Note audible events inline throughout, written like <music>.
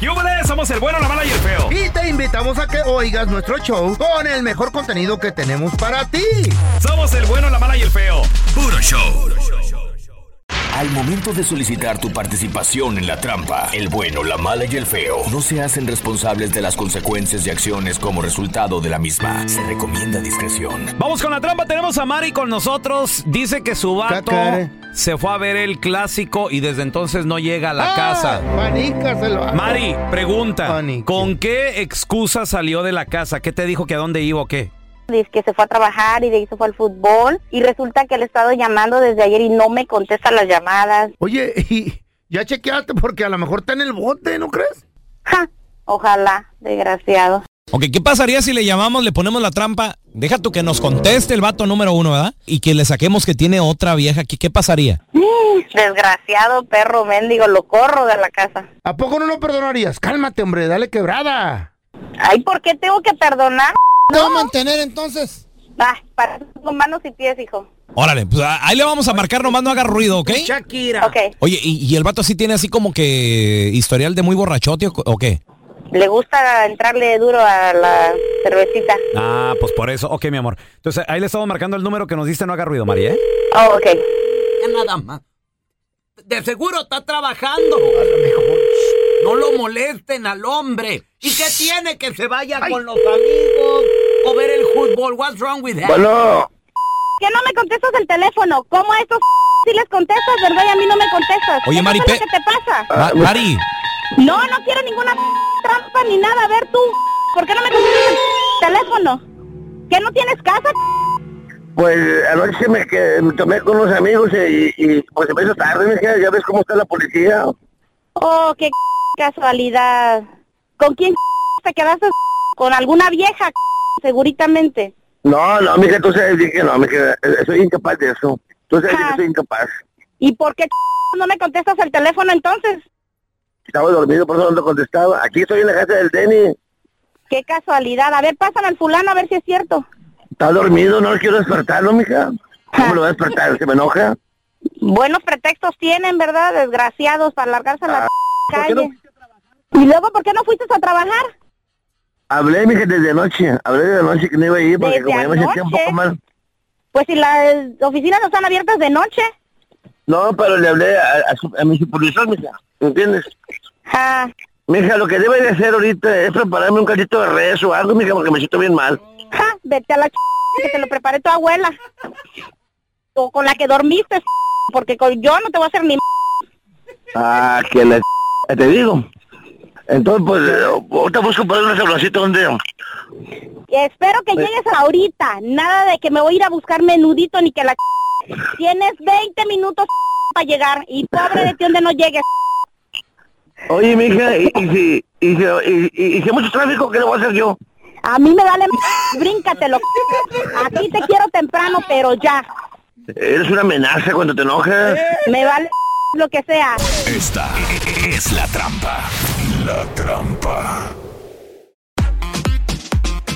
¡Yúbales! Somos el bueno, la mala y el feo. Y te invitamos a que oigas nuestro show con el mejor contenido que tenemos para ti. Somos el bueno, la mala y el feo. Puro show. Al momento de solicitar tu participación en la trampa, el bueno, la mala y el feo no se hacen responsables de las consecuencias y acciones como resultado de la misma. Se recomienda discreción. Vamos con la trampa, tenemos a Mari con nosotros. Dice que su vato Cacar. se fue a ver el clásico y desde entonces no llega a Ah. la casa. Panica se lo hago. Mari, pregunta, Ani, ¿con qué excusa salió de la casa? ¿Qué te dijo que a dónde iba o qué? Dice que se fue a trabajar y de ahí se fue al fútbol. Y resulta que le he estado llamando desde ayer y no me contesta las llamadas. Oye, <laughs> y ya chequeaste porque a lo mejor está en el bote, ¿no crees? Ja, ojalá, desgraciado. Ok, ¿qué pasaría si le llamamos, le ponemos la trampa? Deja tú que nos conteste el vato número uno, ¿verdad? Y que le saquemos que tiene otra vieja aquí. ¿Qué pasaría? Desgraciado perro mendigo, lo corro de la casa. ¿A poco no lo perdonarías? Cálmate, hombre, dale quebrada. Ay, ¿por qué tengo que perdonar? ¿Te va a mantener entonces? Ah, para eso tengo manos y pies, hijo. Órale, pues a- ahí le vamos a marcar, nomás no haga ruido, ¿ok? Shakira. Ok, Oye, ¿y, y el vato sí tiene así como que historial de muy borrachote o, o qué? le gusta entrarle duro a la cervecita. Ah, pues por eso. Ok, mi amor. Entonces ahí le estamos marcando el número que nos diste, no haga ruido, Mari, ¿eh? Oh, ok. Ya nada más. De seguro está trabajando. No lo molesten al hombre. ¿Y qué tiene que se vaya con los amigos o ver el fútbol? What's wrong with that? Bueno. ¿Qué no me contestas el teléfono? ¿Cómo a estos si les contestas, verdad? Y a mí no me contestas. Oye, ¿Qué Mari, es lo pe- que te pasa? Ma- Mari, No, no quiero ninguna trampa ni nada. A ver tú, ¿por qué no me contestas el teléfono? ¿Que no tienes casa? Pues anoche me, que, me tomé con unos amigos y, y, pues se me hizo tarde, mija, ya ves cómo está la policía. Oh, qué casualidad. ¿Con quién te quedaste? Con alguna vieja, seguritamente. No, no, mija, entonces dije, no, mija, eh, soy incapaz de eso. Entonces dije, Ah. soy incapaz. ¿Y por qué no me contestas el teléfono entonces? Estaba dormido, por eso no te contestaba. Aquí estoy en la casa del Denny. Qué casualidad. A ver, pásame al fulano a ver si es cierto. Está dormido, no lo quiero despertarlo, mija. ¿Cómo lo voy a despertar? ¿Se me enoja? Buenos pretextos tienen, ¿verdad? Desgraciados para largarse a la Ah, ¿por qué calle. ¿Y luego por qué no fuiste a trabajar? Hablé, mija, desde anoche. Hablé desde anoche que no iba a ir porque ¿Desde como ya me sentía un anoche? poco mal. Pues si las oficinas no están abiertas de noche. No, pero le hablé a, a su- a mi supervisor, mija. ¿Entiendes? Ah, Mija, lo que debe de hacer ahorita es prepararme un caldito de res o algo, mija, porque me siento bien mal. ja, vete a la ch... que te lo preparé tu abuela. O con la que dormiste, porque con yo no te voy a hacer ni... Ah, que la ch- te digo. Entonces, pues, eh, ahorita busco por ahí un restaurancito donde... Espero que llegues ahorita. Nada de que me voy a ir a buscar menudito ni que la... ch- Tienes 20 minutos para llegar y pobre de ti donde no llegues. Oye, mija, y, y si, y, si, y, y- y si hay mucho tráfico, ¿qué le voy a hacer yo? A mí me vale... m- Bríncatelo. Aquí te quiero temprano, pero ya. Eres una amenaza cuando te enojas. Me vale m- lo que sea. Esta es la trampa. La trampa.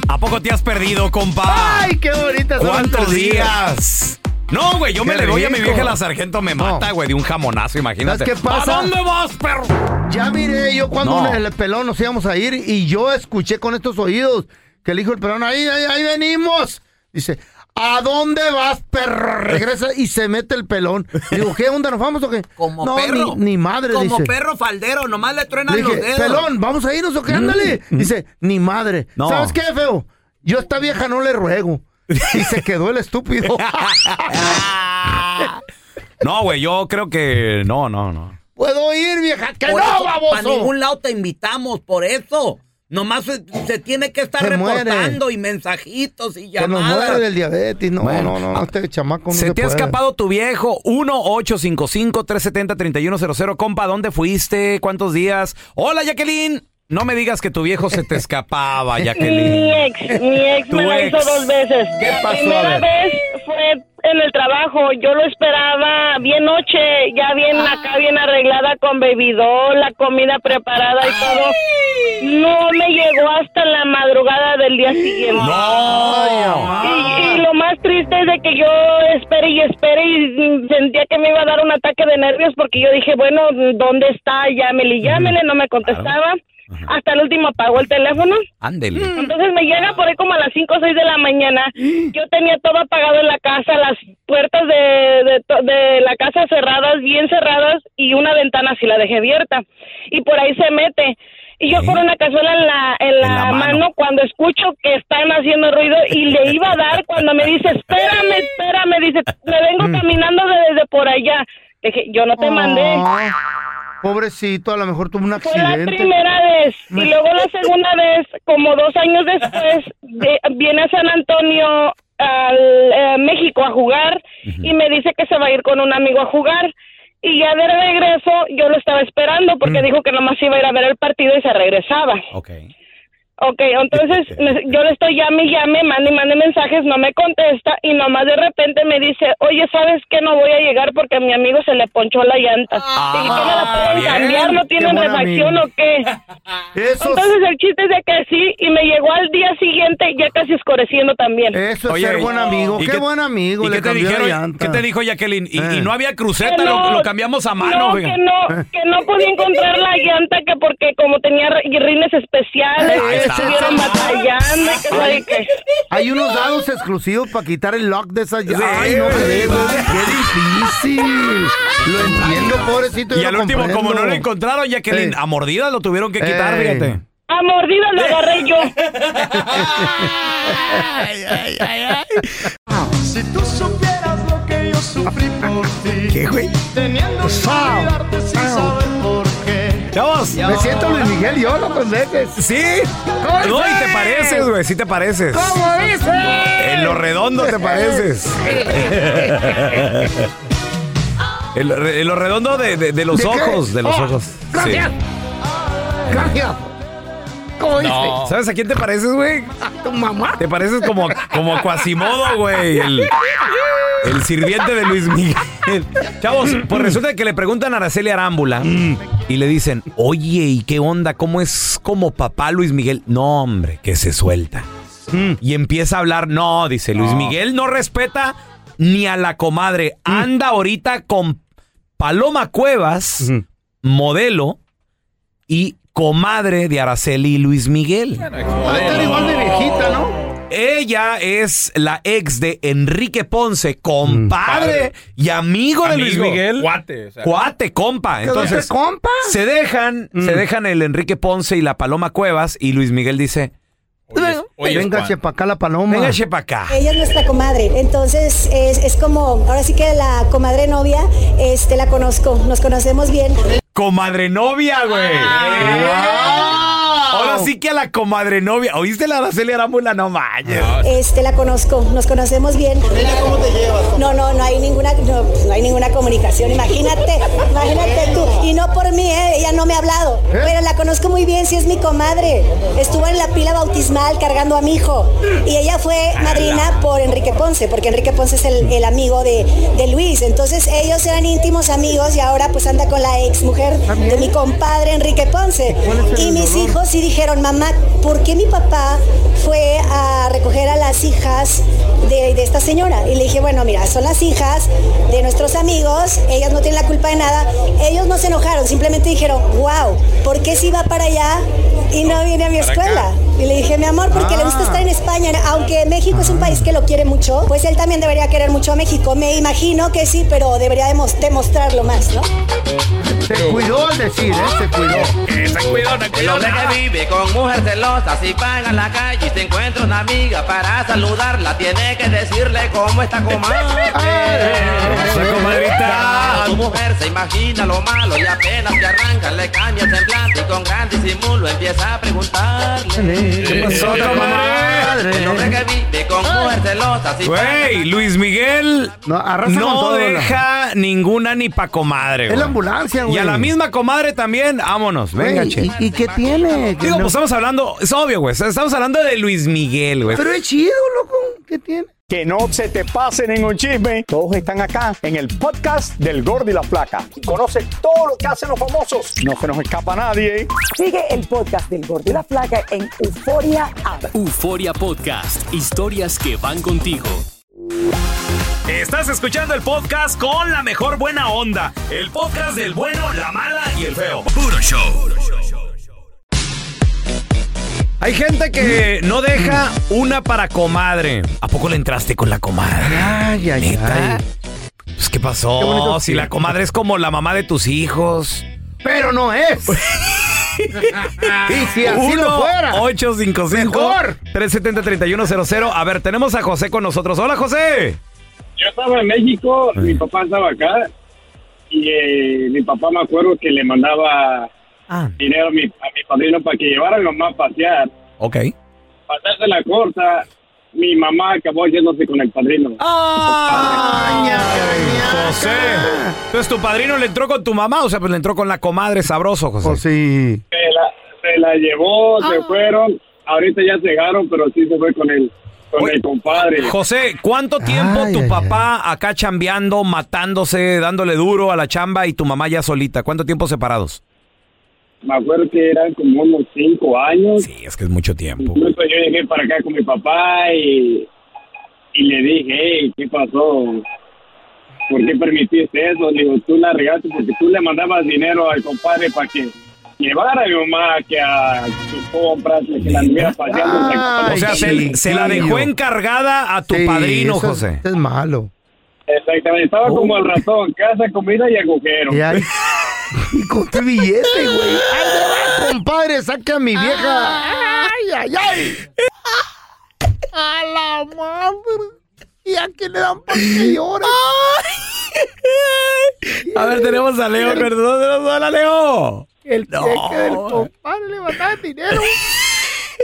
¿A poco te has perdido, compa? Ay, qué bonita. ¿Cuántos días? No, güey, yo me Qué le doy a mi rico. vieja la sargento, me No. mata, güey, de un jamonazo, imagínate. ¿Sabes qué pasa? ¿A dónde vas, perro? Ya miré yo cuando No. el pelón nos íbamos a ir y yo escuché con estos oídos que le dijo el pelón, ahí, ahí, ahí venimos. Dice, ¿a dónde vas, perro? Regresa y se mete el pelón. Digo, ¿qué onda? ¿Nos vamos o qué? Como no, perro. Ni, ni madre, Como dice. perro faldero, nomás le truenan Le los dije, dedos. pelón, ¿vamos a irnos o qué? Ándale. Dice, ni madre. Mm, No. ¿Sabes qué, feo? Yo a esta vieja no le ruego. Y se quedó el <laughs> estúpido. <laughs> No, güey, yo creo que no, no, no. ¿Puedo ir, vieja? ¡Que Por no, eso, pa' baboso! ningún lado te invitamos, por eso. Nomás se, se tiene que estar Se reportando y mensajitos y Que nos muere llamadas. del diabetes. No, no, no, no, Este chamaco no se, te ha puede. escapado tu viejo 1-855-370-3100. Compa, ¿dónde fuiste? ¿Cuántos días? Hola, Jacqueline. No me digas que tu viejo <laughs> se te escapaba, Mi Jacqueline. ex, mi ex Tu me la hizo ex. dos veces. ¿Qué la pasó? A primera ver. vez fue en el trabajo. Yo lo esperaba bien noche, ya bien Ah. acá, bien arreglada con bebidor, la comida preparada y todo. No me llegó hasta la madrugada del día siguiente. No. Y, y lo más triste es de que yo esperé y esperé y sentía que me iba a dar un ataque de nervios porque yo dije, bueno, ¿dónde está? Llámele y llámele, no me contestaba. hasta el último apagó el teléfono. Ándele. Entonces me llega por ahí como a las 5 o 6 de la mañana. <gasps> Yo tenía todo apagado en la casa, las puertas de, de to- de la casa cerradas, bien cerradas, y una ventana así la dejé abierta. Y por ahí se mete. Y yo con una cazuela en la, ¿Eh? en la, mano. cuando escucho que están haciendo ruido y <laughs> le iba a dar cuando me dice, espérame, espérame, dice, me vengo caminando de- desde por allá. Le Dije, yo no te mandé. Ah, Pobrecito, a lo mejor tuvo un Fue la accidente. primera vez y luego la segunda vez, como dos años después, de- viene a San Antonio, al eh, México, a jugar y me dice que se va a ir con un amigo a jugar. Y ya de regreso yo lo estaba esperando porque dijo que nomás iba a ir a ver el partido y se regresaba. Ok. Ok, entonces <laughs> me- yo le estoy llame y llame, mande y mande mensajes, no me contesta y nomás de repente me dice, oye, ¿sabes qué? No voy a llegar porque a mi amigo se le ponchó la llanta. Dije, ¿qué me la Ah, pueden bien. cambiar? ¿No Qué tienen buen refacción amigo. <laughs> o qué? Entonces el chiste es de que sí y me llegó al día siguiente ya casi oscureciendo también. Eh, Eso ser buen amigo. ¿y Qué buen ¿Y amigo, le qué te, cambió la dijeron, llanta. qué te dijo Jacqueline? ¿Y, y Eh. no había cruceta? Que lo, no, lo cambiamos a mano. Eh. No, fíjate. que no, que no podía encontrar la llanta que porque como tenía re- rines especiales, Ahí está. estuvieron batallando y que sabe qué. Hay unos dados exclusivos para quitar el lock de esas llaves. Ay, no me digo. Qué difícil. Lo entiendo, pobrecito. yo Y lo al último, comprendo. Eh. como no lo encontraron, Jacqueline, a mordidas lo tuvieron que quitar, Ey. fíjate. A mordida lo agarré yo. <laughs> Si tú supieras lo que yo sufrí por ti. ¿Qué, güey? Teniendo que Fao. olvidarte sin saber por qué. Chavos, Me siento Luis Miguel, yo lo conoces. Sí. No, y te pareces, güey, sí te pareces. ¿Cómo dice? En lo redondo te <laughs> pareces. En lo, re- en lo redondo de, de- de los ¿De qué? ojos, de los Oh, ojos. Sí. Gracias. Gracias. ¿Cómo dice? No. ¿Sabes a quién te pareces, güey? A tu mamá. Te pareces como, como a Quasimodo, güey. El, el sirviente de Luis Miguel. Chavos, pues resulta que le preguntan a Araceli Arámbula y le dicen, oye, ¿y qué onda? ¿Cómo es como papá Luis Miguel? No, hombre, que se suelta. Y empieza a hablar, no, dice Luis Miguel, no respeta ni a la comadre. Anda ahorita con Paloma Cuevas, modelo, y comadre de Araceli y Luis Miguel. Está igual de viejita, ¿no? Ella es la ex de Enrique Ponce, compadre y Mm. amigo de Luis Miguel. Cuate. Cuate, compa. ¿Qué Entonces, ¿Este dice, compa? Se dejan, se dejan el Enrique Ponce y la Paloma Cuevas y Luis Miguel dice, oye, Venga, Juan. para acá la paloma. venga, che pa' acá. Ella es nuestra comadre, entonces es, es como, ahora sí que la comadre novia, este, la conozco, nos conocemos bien. Comadre novia, güey. Ah. Wow. Ahora sí que a la comadre novia. ¿Oíste la Araceli Arámbula? No manches. Este, la conozco, nos conocemos bien. cómo te llevas? No, no, no hay ninguna, no, pues, no hay ninguna comunicación, imagínate, imagínate tú. Y no por mí, ¿eh? ella no me ha hablado, pero la conozco muy bien, sí es mi comadre. Estuvo en la pila bautismal cargando a mi hijo y ella fue madrina por Enrique Ponce, porque Enrique Ponce es el, el amigo de, de Luis. Entonces ellos eran íntimos amigos y ahora pues anda con la ex mujer de mi compadre Enrique Ponce. Y mis hijos sí dijeron, mamá, ¿por qué mi papá fue a recoger a las hijas de, de esta señora? Y le dije, bueno, mira, son las hijas de nuestros amigos, ellas no tienen la culpa de nada. Ellos no se enojaron, simplemente dijeron, wow, ¿por qué si va para allá y no viene a mi Para acá. escuela? Y le dije, mi amor, porque le gusta Ah. estar en España, aunque México es un país que lo quiere mucho, pues él también debería querer mucho a México. Me imagino que sí, pero debería demos- demostrarlo más, ¿no? Se cuidó al decir, ¿eh? Se cuidó. se cuidó, se El hombre que vive con mujer celosa, si paga en la calle y se encuentra una amiga para saludarla, tiene que decirle cómo está comadre. Esa comadrita. Tu mujer se imagina lo malo y apenas te arranca, le cambia el semblante y con gran disimulo empieza a preguntarle. ¿Qué pasó, comadre? El hombre que vive con mujer celosa, si paga Güey, Luis Miguel no, con todo, la- deja ninguna ni pa' comadre. Es güey. la ambulancia, güey. Y a la misma comadre también, vámonos, venga, Güey, che. ¿y- ¿Y, qué tiene? Que Digo, no- pues estamos hablando, es obvio, güey, estamos hablando de Luis Miguel, güey. Pero es chido, loco. ¿Qué tiene? Que no se te pase ningún chisme. Todos están acá en el podcast del Gordi y la Flaca. Y Conoce todo lo que hacen los famosos. No se nos escapa nadie. Sigue el podcast del Gordi y la Flaca en Euforia Euforia Podcast, historias que van contigo. Estás escuchando el podcast con la mejor buena onda. El podcast del bueno, la mala y el feo. Puro show. Hay gente que no deja una para comadre. ¿A poco le entraste con la comadre? Ay, ay, ay. Pues, ¿qué pasó? Qué bonito. si la comadre es como la mamá de tus hijos. Pero <laughs> no es. y si así lo fuera. 855 370 3100. A ver, tenemos a José con nosotros. Hola, José. Yo estaba en México, mi papá estaba acá y eh, mi papá me acuerdo que le mandaba dinero a mi, a mi padrino para que llevara a mi mamá a pasear. Ok. Pasarse la corta, mi mamá acabó yéndose con el padrino. José. Entonces, tu padrino le entró con tu mamá, o sea, pues le entró con la comadre sabroso, José. Pues sí. Se, la, se la llevó, se fueron, ahorita ya llegaron, pero sí se fue con el, con el compadre. José, ¿cuánto tiempo tu papá acá chambeando, matándose, dándole duro a la chamba y tu mamá ya solita? ¿Cuánto tiempo separados? Me acuerdo que eran como unos cinco años. Sí, es que es mucho tiempo. Incluso yo llegué para acá con mi papá y, y le dije, hey, ¿qué pasó? ¿Por qué permitiste eso? Le digo, tú la regaste porque tú le mandabas dinero al compadre para que llevara a mi mamá que a sus compras, que la anduviera paseando. o sea, se, se la dejó encargada a tu Sí, padrino, eso es- José. Es malo. Exactamente, estaba como el ratón, casa, comida y agujero. Y, ahí- y con tu billete, güey. Ahí te va, Ah, compadre, saque a mi vieja. Ay, ay, ay. A la madre. ¿Y a quién le dan para que llore? A ver, tenemos a Leo, perdón, perdón, hola Leo. El No. cheque del compadre le mandaba <laughs> dinero.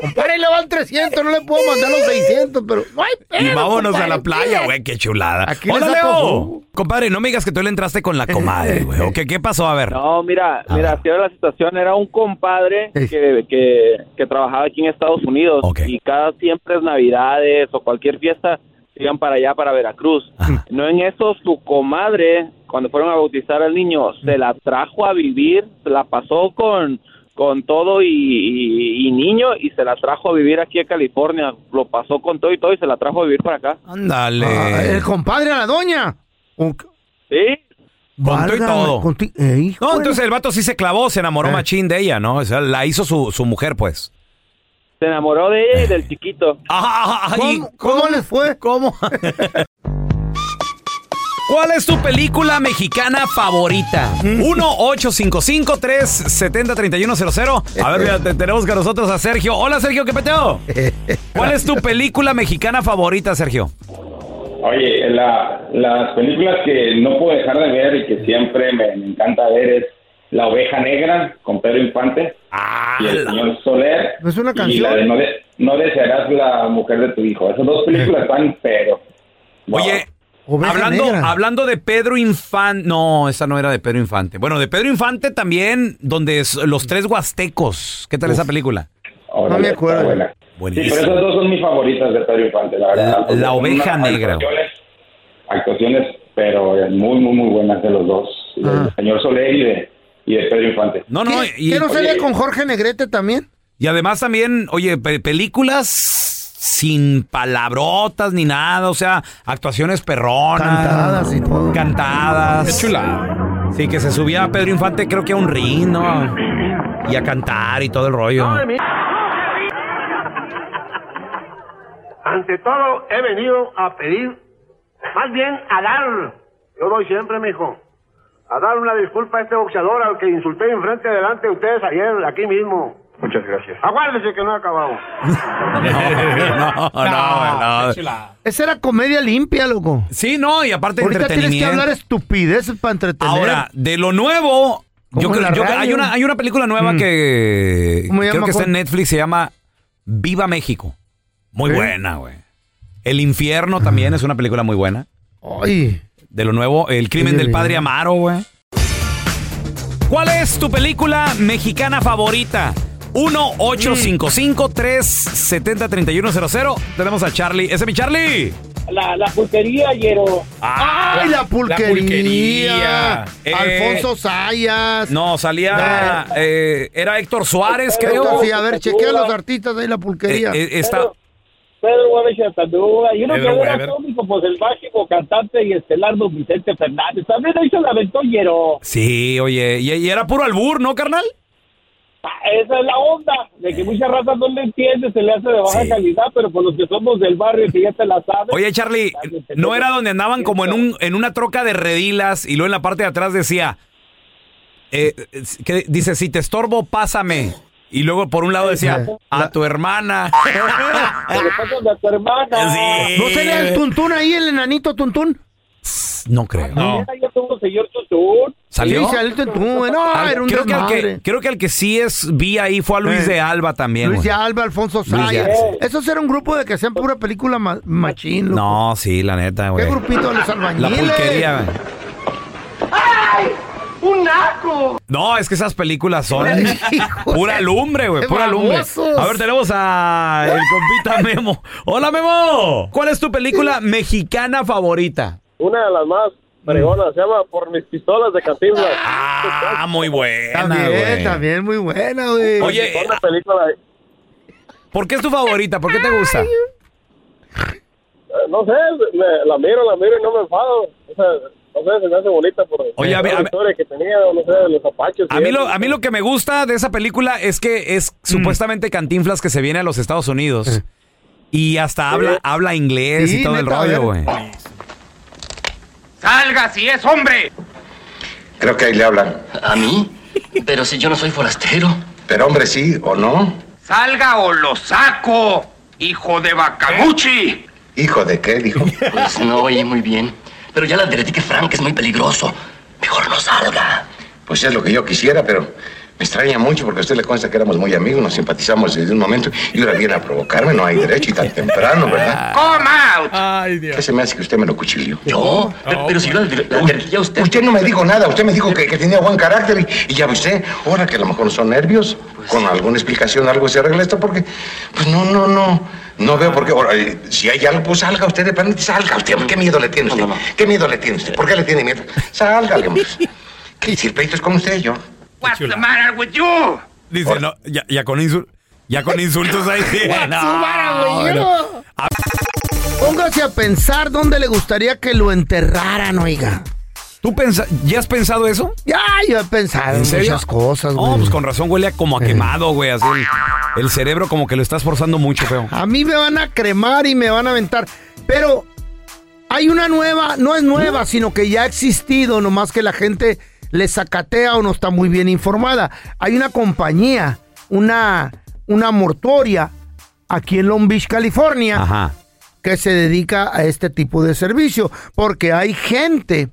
Compadre, le van 300, no le puedo mandar los 600, pero no hay pedo, Y vámonos a compadre. la playa, güey, qué chulada. le Hola, saco Leo. Compadre, no me digas que tú le entraste con la comadre, güey. ¿O qué, qué pasó? A ver. No, mira, mira, así era la situación. Era un compadre que, que, que trabajaba aquí en Estados Unidos y cada siempre es Navidades o cualquier fiesta se iban para allá, para Veracruz. No en eso, su comadre, cuando fueron a bautizar al niño, se la trajo a vivir, se la pasó con, con todo y, y- y niño y se la trajo a vivir aquí a California. Lo pasó con todo y todo y se la trajo a vivir para acá. Ándale. Ah, el compadre a la doña. Con Sí, todo y todo. eh, No, entonces el vato sí se clavó, se enamoró machín de ella, ¿no? O sea, la hizo su, su mujer, pues. se enamoró de ella y del chiquito. ¿Cómo, ¿Cómo les fue? ¿Cómo? ¿Cuál es tu película mexicana favorita? Mm. 1-855-370-3100. A ver, mira, te- tenemos con nosotros a Sergio. Hola, Sergio, ¿qué <laughs> peteo? ¿Cuál es tu película mexicana favorita, Sergio? Oye, la- las películas que no puedo dejar de ver y que siempre me, me encanta ver es La Oveja Negra con Pedro Infante Ah, y El Señor Soler ¿No es Pues una y la de canción? no, de- no desearás la mujer de tu hijo. Esas dos Eh. películas están pero... Oye, hablando, hablando de Pedro Infante. No, esa no era de Pedro Infante. Bueno, de Pedro Infante también, donde es Los Tres Huastecos. ¿Qué tal esa película? No me acuerdo. Sí, pero esas dos son mis favoritas de Pedro Infante, la verdad. La- La Son Oveja unas Negra. Actuaciones, actuaciones, pero muy, muy, muy buenas de los dos. del Ah. Señor Soler y de, y de Pedro Infante. No, no, y, ¿Qué no sería con Jorge Negrete también? y además también, oye, pe- películas sin palabrotas ni nada, o sea, actuaciones perronas. Cantadas y todo. Cantadas. Qué chula. Sí, que se subía Pedro Infante, creo que a un ring, ¿no? Y a cantar y todo el rollo. <laughs> Ante todo, he venido a pedir, más bien a dar, yo doy siempre, mijo, a dar una disculpa a este boxeador al que insulté enfrente delante de ustedes ayer, aquí mismo. Muchas gracias. Aguárdese que no he acabado. <laughs> No, no, no. Esa era comedia limpia, loco. Sí, no, y aparte Ahorita tienes que entretenimiento. hablar estupideces para entretener. Ahora, de lo nuevo, Como yo en creo- la yo creo- hay, radio. Mm. una, hay una película nueva que ¿Cómo se creo llama, que está Juan? en Netflix, se llama Viva México. Muy ¿Sí? buena, güey. El infierno Ah. también es una película muy buena. Ay. De lo nuevo, El crimen Oye, del bien. padre Amaro, güey. ¿Cuál es tu película mexicana favorita? 1-855-370-3100. Tenemos a Charlie. Ese es mi Charlie. La, la pulquería, Yero. ¡Ay, la pulquería! Ah, pulquería. Eh, Alfonso Sayas. No, salía. eh, era Héctor Suárez, creo. Héctor, sí, a ver, chequea a los artistas ahí la Eh, pulquería. eh, está. Pedro Gómez Chatandúa. Y uno Pedro que era Weber. cómico, pues el máximo cantante y estelar don Vicente Fernández. También ahí se la aventó Yero. Sí, oye. Y, y era puro albur, ¿no, carnal? Ah, Esa es la onda, de Eh. que muchas razas no le entiende, se le hace de baja calidad, pero por los que somos del barrio que ya se la saben. Oye, Charlie, ¿no era donde andaban como en, un, en una troca de redilas y luego en la parte de atrás decía, eh, que dice, si te estorbo, pásame? Y luego por un lado decía, a tu hermana. a tu hermana. <laughs> eh, ¿No sería el tuntún ahí, el enanito tuntún? No creo. No. Yo tengo un señor Tutún. ¿Salió? Sí, salió el tuntún. eh, No, Al- era un creo, que al desmadre. que, creo que al que sí es vi ahí fue a Luis Eh. de Alba también. Luis güey. de Alba, Alfonso Luis de Sayas. Alba. Esos eran un grupo de que hacían pura película ma- machín. loco. No, sí, la neta, güey. ¿Qué grupito de los La albañiles? pulquería, güey. ¡Ay! ¡Un naco! No, es que esas películas son <laughs> pura lumbre, güey, qué pura lumbre. babosos. A ver, tenemos a el compita Memo. Hola, Memo. ¿Cuál es tu película mexicana favorita? Una de las más fregonas, se llama Por mis pistolas de Cantinflas. Ah, muy buena, También, güey. también muy buena, güey. Oye, eh, película, eh, ¿por qué es tu favorita? ¿Por qué te gusta? no sé, me- la miro, la miro y no me enfado. O sea, no sé, se me hace bonita por Oye, a por mí- a la mí- historia que tenía, o no sé, de los apaches. A y mí, eso. lo, a mí lo que me gusta de esa película es que es Mm. supuestamente Cantinflas que se viene a los Estados Unidos y hasta habla, habla inglés Eh. Sí, y todo el neta, a rollo, ver. güey. ¡Salga si es hombre! Creo que ahí le hablan. ¿A mí? Pero si yo no soy forastero. Pero hombre, sí o no. ¡Salga o lo saco! ¡Hijo de Bacamuchi! ¿Hijo de qué, dijo? Pues no oí muy bien. Pero ya le advertí que Frank es muy peligroso. Mejor no salga. Pues es lo que yo quisiera, pero me extraña mucho porque a usted le consta que éramos muy amigos, nos simpatizamos desde un momento y ahora viene a provocarme, no hay derecho y tan temprano, <laughs> ¿verdad? ¡Come out! Ay, Dios. ¿Qué se me hace que usted me lo cuchilló? ¿Yo? Pero, pero si yo le adver- le advertí a usted. Usted no me dijo nada, usted me dijo que, que tenía buen carácter y, y ya ve usted, ahora que a lo mejor son nervios, Pues con alguna explicación algo se arregla esto porque, pues no, no, no, no veo por qué, ahora, eh, si hay algo, pues salga usted de plan, salga usted, hombre, ¿qué miedo le tiene usted? ¿Qué miedo le tiene usted? ¿Por qué le tiene miedo? Sálgale, hombre. pues. <laughs> Que si el pleito es con usted, yo. What's the matter with you? Dice, no, ya, ya con insul- ya con insultos ahí. What's no, the matter with no. Póngase a pensar dónde le gustaría que lo enterraran, oiga. ¿Tú ya has pensado eso? Ya, yo he pensado en serio? muchas cosas, No, güey. Eh. pues con razón huele a como a quemado, güey. Así el, el cerebro como que lo estás forzando mucho, feo. A mí me van a cremar y me van a aventar. Pero hay una nueva, no es nueva, sino que ya ha existido, nomás que la gente le sacatea o no está muy bien informada. Hay una compañía, una, una mortuoria aquí en Long Beach, California, que se dedica a este tipo de servicio. Porque hay gente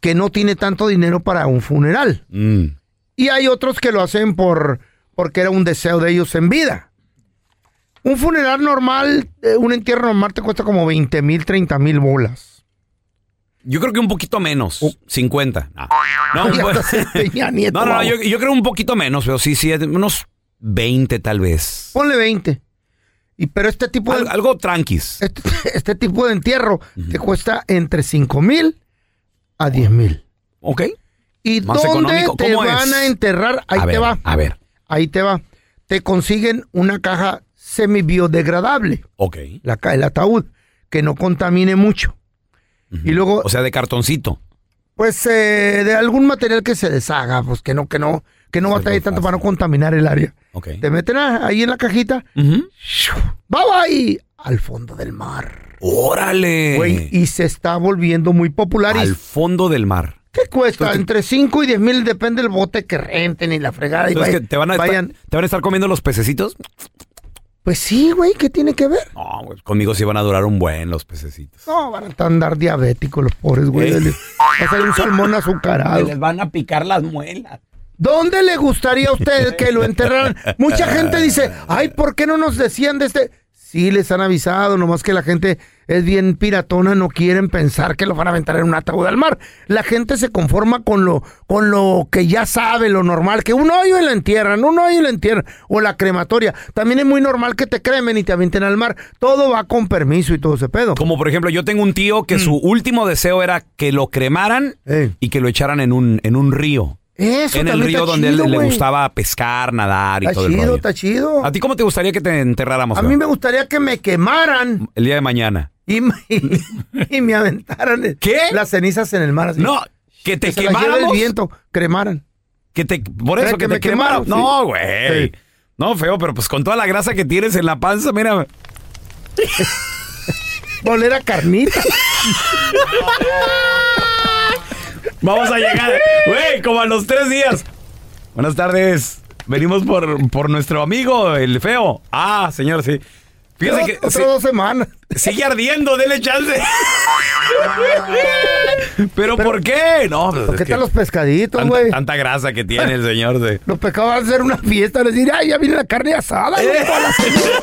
que no tiene tanto dinero para un funeral. Mm. Y hay otros que lo hacen por porque era un deseo de ellos en vida. Un funeral normal, eh, un entierro normal te cuesta como 20 mil, 30 <laughs> mil bolas. Yo creo que un poquito menos. 50. No, no, Uh. <laughs> Ya pues- estás en Peña <laughs> Nieto, no, no, vamos. yo, yo creo un poquito menos, pero sí, sí, unos 20 tal vez. Ponle 20. Y, pero este tipo de... Al- algo tranquis. Este, <laughs> este tipo de entierro te cuesta entre 5 mil a 10 mil. Ok. ¿Y Más dónde económico. te ¿Cómo es? van a enterrar? Ahí A te ver, va. a ver. Ahí te va. Te consiguen una caja semi-biodegradable. Ok. La, ca- el ataúd, que no contamine mucho. Y luego, O sea, de cartoncito. pues, eh, de algún material que se deshaga, pues que no, que no, que no batalle tanto para no contaminar el área. Ok. Te meten a- ahí en la cajita, bye bye, al fondo del mar. ¡Órale! Güey, y se está volviendo muy popular. y- Al fondo del mar. ¿Qué cuesta? Entre 5 y 10 mil, depende del bote que renten y la fregada. Y Entonces, vaya- ¿que te, van a estar- vayan. ¿Te van a estar comiendo los pececitos? Pues sí, güey, ¿qué tiene que ver? No, güey, conmigo sí van a durar un buen los pececitos. No, van a andar diabéticos los pobres, güey. Eh. Les- Va a salir un salmón azucarado. van a picar las muelas. ¿Dónde le gustaría a usted que lo enterraran? Mucha gente <laughs> dice, ay, ¿por qué no nos decían de este? Sí, les han avisado, nomás que la gente es bien piratona, no quieren pensar que lo van a aventar en un ataúd al mar. La gente se conforma con lo, con lo que ya sabe, lo normal, que un hoyo y la entierran, un hoyo y la entierran, o la crematoria. También es muy normal que te cremen y te avienten al mar. Todo va con permiso y todo ese pedo. Como por ejemplo, yo tengo un tío Mm. que su último deseo era que lo cremaran y que lo echaran en un, en un río. Eso en el también río está donde chido, él le güey. gustaba pescar, nadar y Está todo el chido, rollo. Ah, está chido. ¿A ti cómo te gustaría que te enterráramos? A Leo? mí me gustaría que me quemaran. El día de mañana. y me, y- y me aventaran el- las cenizas en el mar. No, que te se las lleve quemáramos. el viento, cremaran. que te, por eso Creen que, te que me quemaron. quemaron, sí. No, güey. No, feo, pero pues con toda la grasa que tienes en la panza, mira. Volver a carnita. Vamos a <laughs> llegar, güey, como a los tres días. Buenas tardes. Venimos por, por nuestro amigo, el feo. Ah, señor, sí. Fíjese que. Otras sí, dos semanas. Sigue ardiendo, dele chance. <laughs> ¿Pero, por qué? No, pues, ¿Por es qué que están los pescaditos, tanta, güey? tanta grasa que tiene el señor de. Los pescados van a hacer una fiesta, van a decir, ay, ya viene la carne asada. ya está la señora".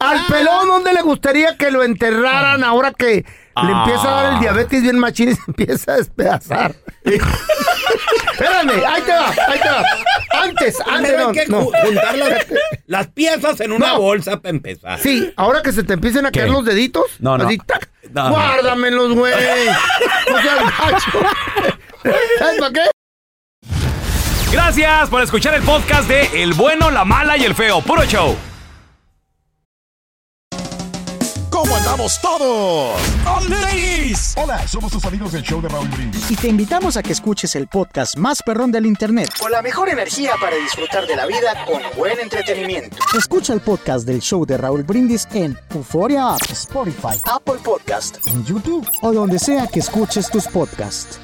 Al pelón, ¿dónde le gustaría que lo enterraran ahora que le Ah. empieza a dar el diabetes bien machín y se empieza a despedazar? Espérame, ahí te va, ahí te va. Antes, antes. Primero no, hay que Ah, no. ju- juntar las, las piezas en una No. bolsa para empezar. Sí, ahora que se te empiecen a ¿Qué? caer los deditos. No, no. así, tac, No, no. guárdamelos, <laughs> güey. No seas gacho. ¿Sabes para qué? Gracias por escuchar el podcast de El bueno, la mala y el feo. Puro show. ¿Cómo andamos todos? Hola, somos tus amigos del show de Raúl Brindis. Y te invitamos a que escuches el podcast más perrón del internet. Con la mejor energía para disfrutar de la vida con buen entretenimiento. Escucha el podcast del show de Raúl Brindis en Euforia App, Spotify, Apple Podcast. en YouTube o donde sea que escuches tus podcasts.